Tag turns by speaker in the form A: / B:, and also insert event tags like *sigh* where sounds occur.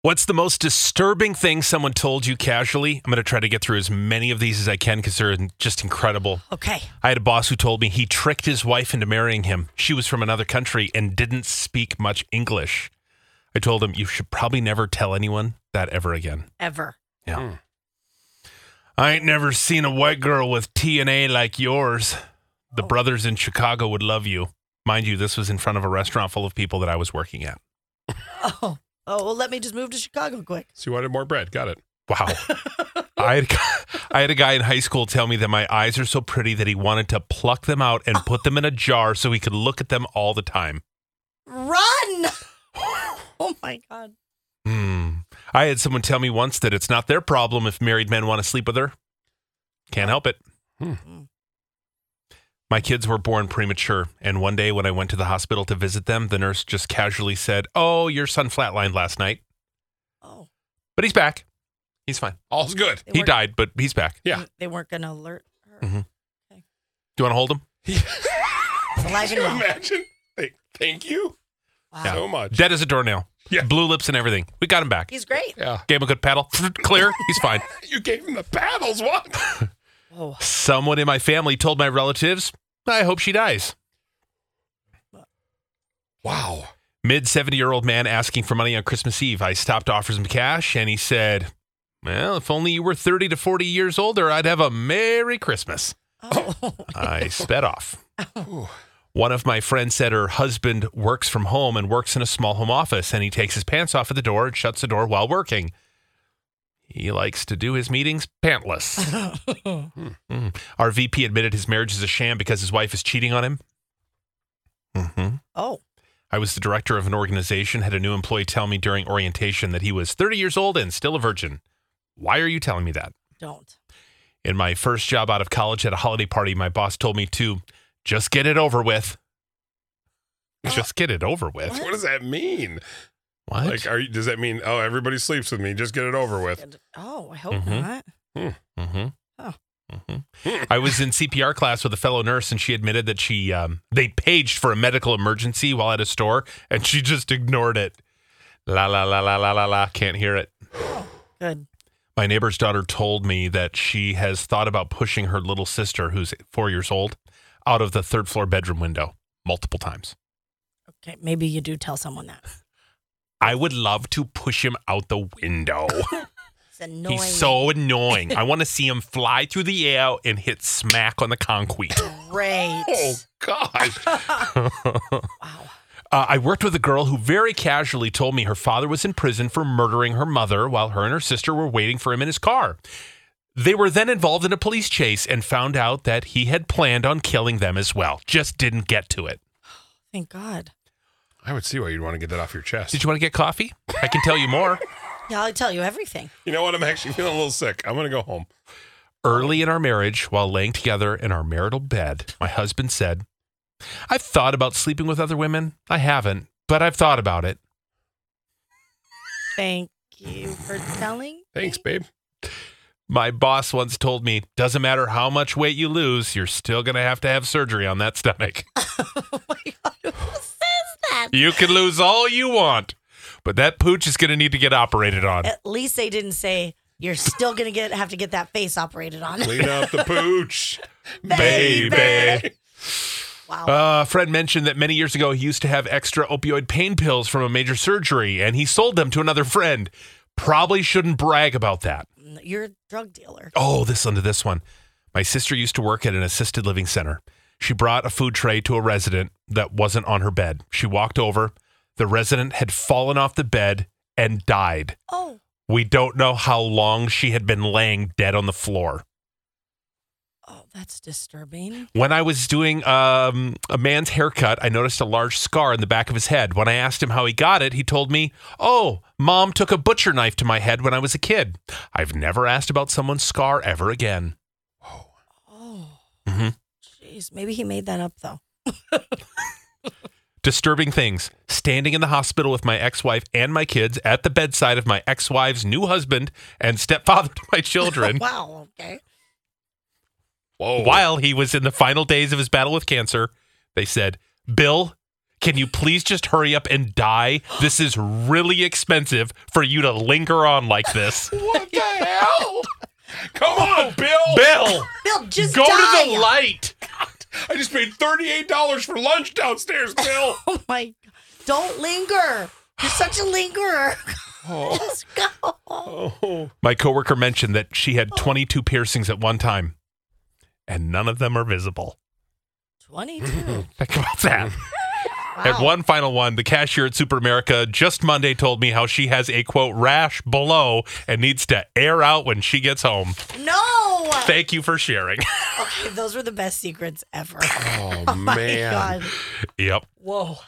A: What's the most disturbing thing someone told you casually? I'm going to try to get through as many of these as I can because they're just incredible.
B: Okay.
A: I had a boss who told me he tricked his wife into marrying him. She was from another country and didn't speak much English. I told him, You should probably never tell anyone that ever again.
B: Ever.
A: Yeah. I ain't never seen a white girl with TNA like yours. The brothers in Chicago would love you. Mind you, this was in front of a restaurant full of people that I was working at.
B: Oh. Oh, well, let me just move to Chicago quick.
C: So you wanted more bread. Got it.
A: *laughs* Wow. I had, I had a guy in high school tell me that my eyes are so pretty that he wanted to pluck them out and put them in a jar so he could look at them all the time.
B: Run! *laughs* oh my God.
A: Hmm. I had someone tell me once that it's not their problem if married men want to sleep with her. Can't help it. Hmm. My kids were born premature, and one day when I went to the hospital to visit them, the nurse just casually said, Oh, your son flatlined last night,
B: Oh,
A: but he's back. He's fine.
C: All's good. *laughs*
B: They
A: He
B: weren't-
A: died, but he's back.
C: Yeah.
B: They weren't going to alert her.
A: Mhm. Do you want to hold him?
B: Alive
C: Can
B: and
C: you
B: well.
C: imagine? Like, thank you
B: Wow.
C: so much. *laughs*
A: Dead as a doornail.
C: Yeah.
A: Blue lips and everything. We got him back.
B: He's great.
C: yeah.
A: Gave him a good paddle. *laughs* Clear. He's fine.
C: You gave him the paddles. What?
A: *laughs*
B: Whoa.
A: Someone in my family told my relatives, I hope she dies.
C: Wow.
A: Mid 70 year old man asking for money on Christmas Eve. I stopped to offer some cash and he said, Well, if only you were 30 to 40 years older, I'd have a Merry Christmas.
B: Oh.
A: I sped off.
C: Ooh.
A: One of my friends said her husband works from home and works in a small home office and he takes his pants off at the door and shuts the door while working. He likes to do his meetings pantless. Mm. Our VP admitted his marriage is a sham because his wife is cheating on him. hmm
B: *laughs* oh.
A: I was the director of an organization, had a new employee tell me during orientation that he was 30 years old and still a virgin. Why are you telling me that?
B: Don't.
A: In my first job out of college at a holiday party, my boss told me to just get it over with. Just get it over with.
C: What does that mean?
A: What?
C: Like, are you, does that mean? Oh, everybody sleeps with me. Just get it over with.
B: Oh, I hope
A: Mhm.
B: not.
A: Mm-hmm.
B: Oh.
A: Mm-hmm. I was in CPR class with a fellow nurse, and she admitted that she um, they paged for a medical emergency while at a store, and she just ignored it. La la la la la la la. Can't hear it.
B: Good.
A: My neighbor's daughter told me that she has thought about pushing her little sister, who's four years old, out of the third floor bedroom window multiple times.
B: Okay. Maybe you do tell someone that.
A: I would love to push him out the window.
B: It's annoying.
A: He's so annoying. I want to see him fly through the air and hit smack on the concrete.
B: great.
C: Oh gosh.
B: Wow.
A: Uh, I worked with a girl who very casually told me her father was in prison for murdering her mother while her and her sister were waiting for him in his car. They were then involved in a police chase and found out that he had planned on killing them as well. Just didn't get to it.
B: Thank God.
C: I would see why you'd want to get that off your chest.
A: Did you want to get coffee? I can tell you more.
B: Yeah, I'll tell you everything.
C: You know what? I'm actually feeling a little sick. I'm gonna go home.
A: Early in our marriage, while laying together in our marital bed, my husband said, I've thought about sleeping with other women. I haven't, but I've thought about it.
B: Thank you for telling.
A: *laughs*
C: Thanks, babe.
A: My boss once told me, doesn't matter how much weight you lose, you're still going to have to have surgery on that stomach. *laughs*
B: *laughs* Oh my God. Who says that?
A: You can lose all you want, but that pooch is going to need to get operated on.
B: At least they didn't say you're still gonna get have to get that face operated on.
C: Clean up the pooch.
A: Baby.
B: *laughs* Wow.
A: Uh, a friend mentioned that many years ago he used to have extra opioid pain pills from a major surgery and he sold them to another friend. Probably shouldn't brag about that.
B: you're a drug dealer.
A: Oh, this under this one. My sister used to work at an assisted living center. She brought a food tray to a resident that wasn't on her bed. She walked over. The resident had fallen off the bed and died.
B: Oh,
A: We don't know how long she had been laying dead on the floor.
B: oh That's disturbing.
A: When I was doing um, a man's haircut, I noticed a large scar in the back of his head. When I asked him how he got it, he told me, Oh, mom took a butcher knife to my head when I was a kid. I've never asked about someone's scar ever again.
B: Oh.
A: Mhm.
B: Jeez, maybe he made that up though.
A: Disturbing things. Standing in the hospital with my ex wife and my kids at the bedside of my ex wife's new husband and stepfather to my
B: *laughs*
A: children
B: wow. Okay.
C: Whoa.
A: while he was in the final days of his battle with cancer, they said, Bill, can you please just hurry up and die? This is really expensive for you to linger on like this.
C: What the hell? Come on, Bill.
A: Bill,
B: Bill, just
A: go
B: die.
A: to the light.
C: I just paid $38 for lunch
A: *laughs*
C: downstairs, Bill.
B: *laughs* Oh my! Don't linger. You're such a lingerer. *laughs* Just go.
C: Oh.
A: My coworker mentioned that she had 22 piercings at one time, and none of them are visible. *laughs*
B: Twenty-two.
A: Think about that.
B: Wow.
A: And one final one. The cashier at Super America just Monday told me how she has a quote rash below and needs to air out when she gets home.
B: No.
A: Thank you for sharing. *laughs*
B: Okay, those were the best secrets ever.
C: Oh,
B: *laughs* My
C: man.
B: God.
A: yep.
B: Whoa.